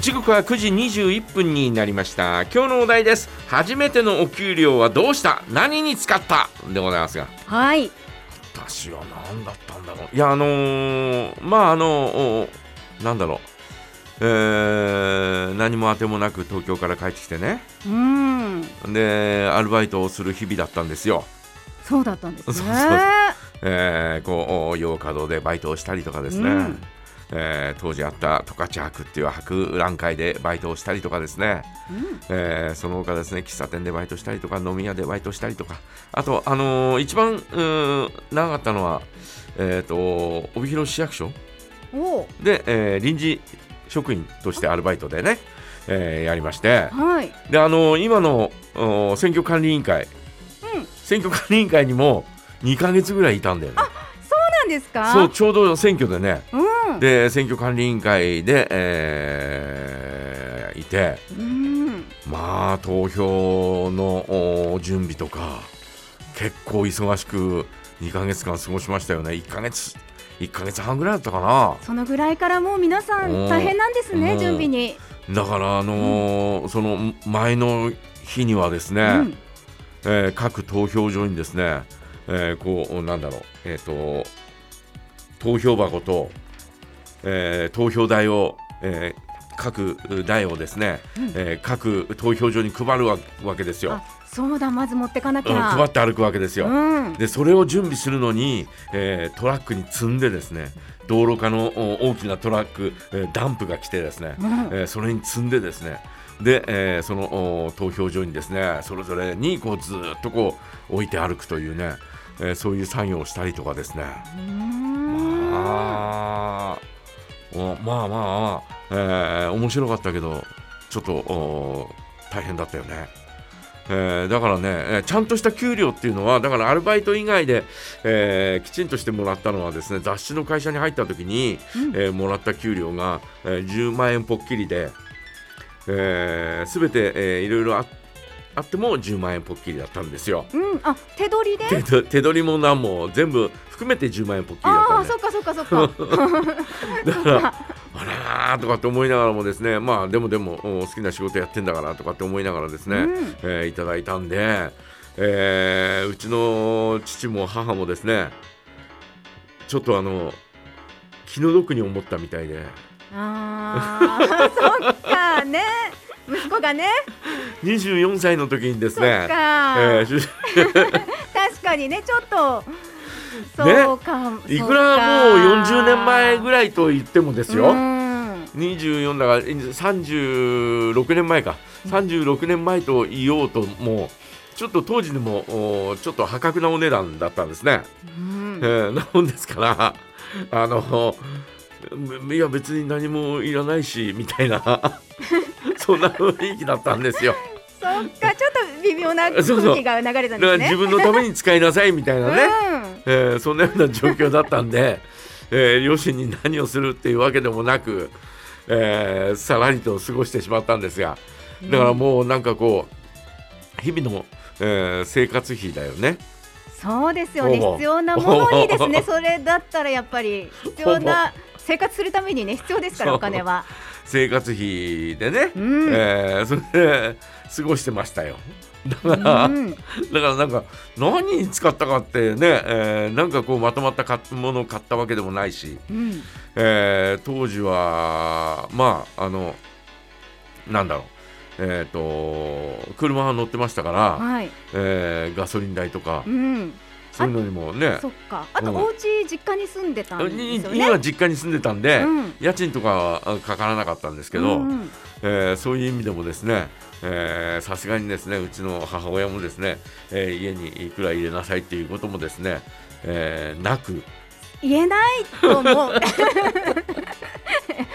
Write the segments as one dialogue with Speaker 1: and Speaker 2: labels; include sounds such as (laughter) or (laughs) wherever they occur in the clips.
Speaker 1: 時刻は9時21分になりました今日のお題です初めてのお給料はどうした何に使ったでございますが
Speaker 2: はい。
Speaker 1: 私は何だったんだろういやあのーまああのおなんだろうえー何も当てもなく東京から帰ってきてね
Speaker 2: うん。
Speaker 1: でアルバイトをする日々だったんですよ、
Speaker 2: そうだったんですね。
Speaker 1: そうそうえーこう洋華堂でバイトをしたりとかですね、
Speaker 2: うん
Speaker 1: えー当時あった十勝博っていう博覧会でバイトをしたりとかですね、
Speaker 2: うん
Speaker 1: えーその他ですね喫茶店でバイトしたりとか飲み屋でバイトしたりとかあと、あのー一番うーん長かったのは、えー、と帯広市役所
Speaker 2: おう
Speaker 1: で、えー臨時職員としてアルバイトでね、えーやりまして
Speaker 2: はい。
Speaker 1: で、あのー今のお選挙管理委員会、
Speaker 2: うん
Speaker 1: 選挙管理委員会にも2ヶ月ぐらいいたんだよね
Speaker 2: そうなんですか。
Speaker 1: そう。ちょうど選挙でね
Speaker 2: うん。
Speaker 1: で選挙管理委員会で、えーいて。
Speaker 2: うん。
Speaker 1: まあ投票のお準備とか結構忙しく2ヶ月間過ごしましたよね1ヶ月1ヶ月半ぐらいだったか
Speaker 2: そのぐらいからもう皆さ
Speaker 1: うん
Speaker 2: ん大変なんです
Speaker 1: う
Speaker 2: ね
Speaker 1: ん
Speaker 2: 準備に。
Speaker 1: なだからあのーその前の日にはですね、
Speaker 2: うん。
Speaker 1: えー各投票所にですね、えーこうなんだろうえっ、と投票箱と、えー投票台を、えー各台をですね、
Speaker 2: うん
Speaker 1: えー各投票所に配るわわけですよ
Speaker 2: あ、、そうだまず持ってかなき
Speaker 1: うん、
Speaker 2: ゃ。
Speaker 1: 配って歩くわけですよ、
Speaker 2: うん。
Speaker 1: でそれを準備するのに、えートラックに積んでですね道路下のお大きなトラック、えーダンプが来てですね、
Speaker 2: うん
Speaker 1: えーそれに積んでですねで、えーそのお投票所にですねそれぞれにこうずーっとこう置いて歩くというね、えーそういう作業をしたりとかですね、
Speaker 2: うん
Speaker 1: あーおまあまあまあ、えー面白かったけどちょっとお大変だったよね、えーだからね、えーちゃんとした給料っていうのはだからアルバイト以外で、えーきちんとしてもらったのはですね雑誌の会社に入った時に、
Speaker 2: うん
Speaker 1: えーもらった給料が、えー10万円ぽっきりで、えー、全て、えーいろいろああっても10万円ぽっきりだったんですよ。
Speaker 2: うん。あ手取りで。
Speaker 1: 手取手取りも何も全部含めて10万円ぽっきりだった
Speaker 2: あ
Speaker 1: ん
Speaker 2: あ
Speaker 1: で
Speaker 2: そっかそっかそ
Speaker 1: (laughs)
Speaker 2: っか。
Speaker 1: だから、あらーとかって思いながらもですね、まあでもでもお好きな仕事やってんだからとかって思いながらですね、
Speaker 2: うん
Speaker 1: えーいただいたんで、えーうちの父も母もですね、ちょっとあの気の毒に思ったみたいで、
Speaker 2: ああそっかね息子がね。
Speaker 1: 24歳の時にです
Speaker 2: そっ
Speaker 1: ね、え
Speaker 2: か。
Speaker 1: ー主
Speaker 2: 確かにねちょっとそうか、
Speaker 1: いくらもう40年前ぐ
Speaker 2: らい
Speaker 1: らいと言ってもで
Speaker 2: です
Speaker 1: よ。24だから36年前か36年前と言おうともうちょっと当時でもおーちょっと破格なお値段だったんですね、えーなもんですから (laughs) あのいや別に何もいらないしみたい (laughs) なそんな雰囲気だったんですよ
Speaker 2: そっかちょっと微妙な空
Speaker 1: そうそう
Speaker 2: 気が流れ
Speaker 1: だ
Speaker 2: た
Speaker 1: か
Speaker 2: んで
Speaker 1: ら
Speaker 2: すね
Speaker 1: 自分のために使いなさいみたいなね、えーそんなような状況だったんで、えー両親に何をするっていうわけでもなく、えーさらりと過ごしてしまったんですがだからもうなんかこう日々の、えー生活費だよね
Speaker 2: うん、そうですよね
Speaker 1: ほぼ
Speaker 2: 必要なものにですねそれだったらやっぱり必要な生活するためにね必要ですから
Speaker 1: そう
Speaker 2: お金は
Speaker 1: 生活費でね、
Speaker 2: うん
Speaker 1: えーそれで過ごしてましたよだから、
Speaker 2: うん
Speaker 1: だからなんか何に使ったかってね、えーなんかこうまとまった買っものを買ったわけでもないし、
Speaker 2: うん
Speaker 1: えー当時はまああのなんだろうえっ、と車が乗ってましたから、
Speaker 2: はい
Speaker 1: えーガソリン代とか
Speaker 2: うん
Speaker 1: そういうのにもね
Speaker 2: そっかあと
Speaker 1: うん
Speaker 2: お家実家に住んでたん
Speaker 1: に
Speaker 2: ですよね
Speaker 1: 今実家に住んでたんで、
Speaker 2: うん
Speaker 1: 家賃とかはかからなかったんですけど、
Speaker 2: うんうん
Speaker 1: えーそういう意味でもですねえーさすがにですねうちの母親もですね、えー家にいくら入れなさいっていうこともですね、えーなく
Speaker 2: 言えないと思う (laughs)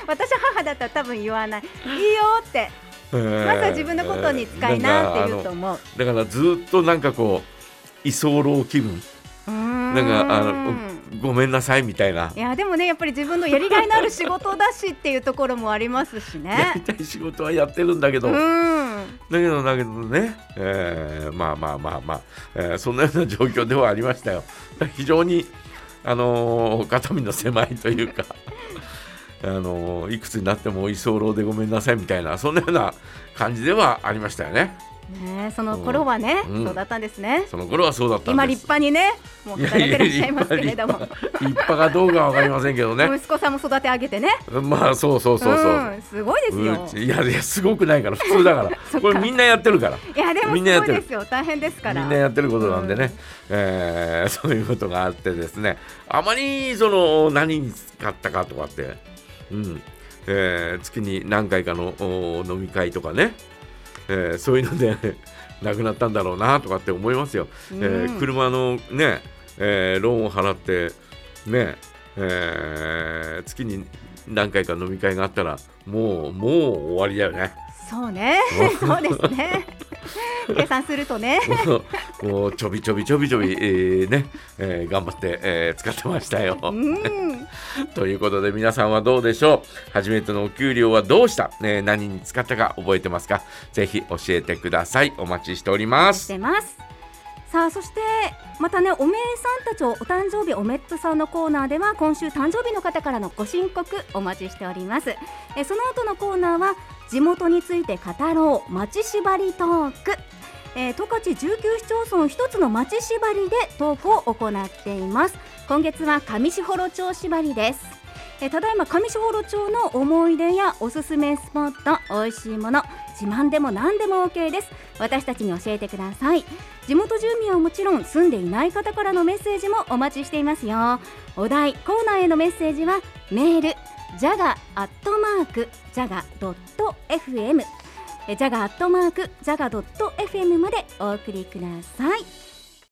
Speaker 2: 私母だったら多分言わないいいよって
Speaker 1: まず
Speaker 2: まずは自分のことに使いなって言うと思う、
Speaker 1: だからずっとなんかこう居候気分
Speaker 2: うーん
Speaker 1: なんかあのごめんなさいみたいない
Speaker 2: やでもねやっぱり自分のやりがいのある仕事だしっていうところもありますし
Speaker 1: (laughs) や
Speaker 2: ね
Speaker 1: りたい仕事はやってるんだけど、
Speaker 2: う
Speaker 1: だ
Speaker 2: ん
Speaker 1: けどだけどね、えーまあまあまあまあ、えーそんなような状況ではありま (laughs) したよ非常にあのー肩身の狭いというかえあのいくつになっても居候でごめんなさいみたいなそんなような感じではありましたよね。
Speaker 2: ねえその頃はね、
Speaker 1: うん
Speaker 2: そうだったんですね。
Speaker 1: その頃はそうだった
Speaker 2: 今
Speaker 1: んで
Speaker 2: 立
Speaker 1: す。
Speaker 2: 派にね、もう働いてらっしゃいますけれども
Speaker 1: いやい、立派かどうかは分かりませんけどね。
Speaker 2: 息子さんも育て上げてね、
Speaker 1: まあそうそうそうそう。
Speaker 2: ん、すごいですよ
Speaker 1: う。ちいやいやすごくないから普通だか
Speaker 2: (laughs) そ
Speaker 1: ら
Speaker 2: っか
Speaker 1: これみんなやってるから
Speaker 2: いやでもすご
Speaker 1: み
Speaker 2: い
Speaker 1: んなやってる
Speaker 2: ですよ、大変ですから。
Speaker 1: みんなやってることなんでね、えーそういうことがあってですねあまりその何に使ったかとかって、うんえー月に何回かのお飲み会とかね、えーそういうので (laughs) なくなったんだろうなとかって思いますよ、
Speaker 2: う
Speaker 1: え
Speaker 2: ん
Speaker 1: ー車のね、えーローンを払ってね、えー月に何回か飲み会があったらもうもう終わりだよね。
Speaker 2: そうね、そうですね。計算するとね、
Speaker 1: (laughs) もうもうちょびちょびちょびちょび、えーねえー頑張って、えー使ってましたよ。
Speaker 2: うん、
Speaker 1: ということで皆さんはどうでしょう初めてのお給料はどうした、えー何に使ったか覚えてますかぜひ教えてください。お待ちしておりま
Speaker 2: し
Speaker 1: す。
Speaker 2: てます。さあそしてまたねおめえさんたちをお誕生日おめっとさんのコーナーでは今週誕生日の方からのご申告お待ちしておりますえその後のコーナーは地元について語ろう町縛りトークえー十勝19市町村一つの町縛りでトークを行っています今月は上士幌町縛りですえーただいま上士幌町の思い出やおすすめスポット美味しいもの自慢でも何でも OK です私たちに教えてください地元住民はもちろん住んでいない方からのメッセージもお待ちしていますよお題コーナーへのメッセージはメールジャガアットマークジャガドット FM ジャガアットマークジャガドット FM までお送りください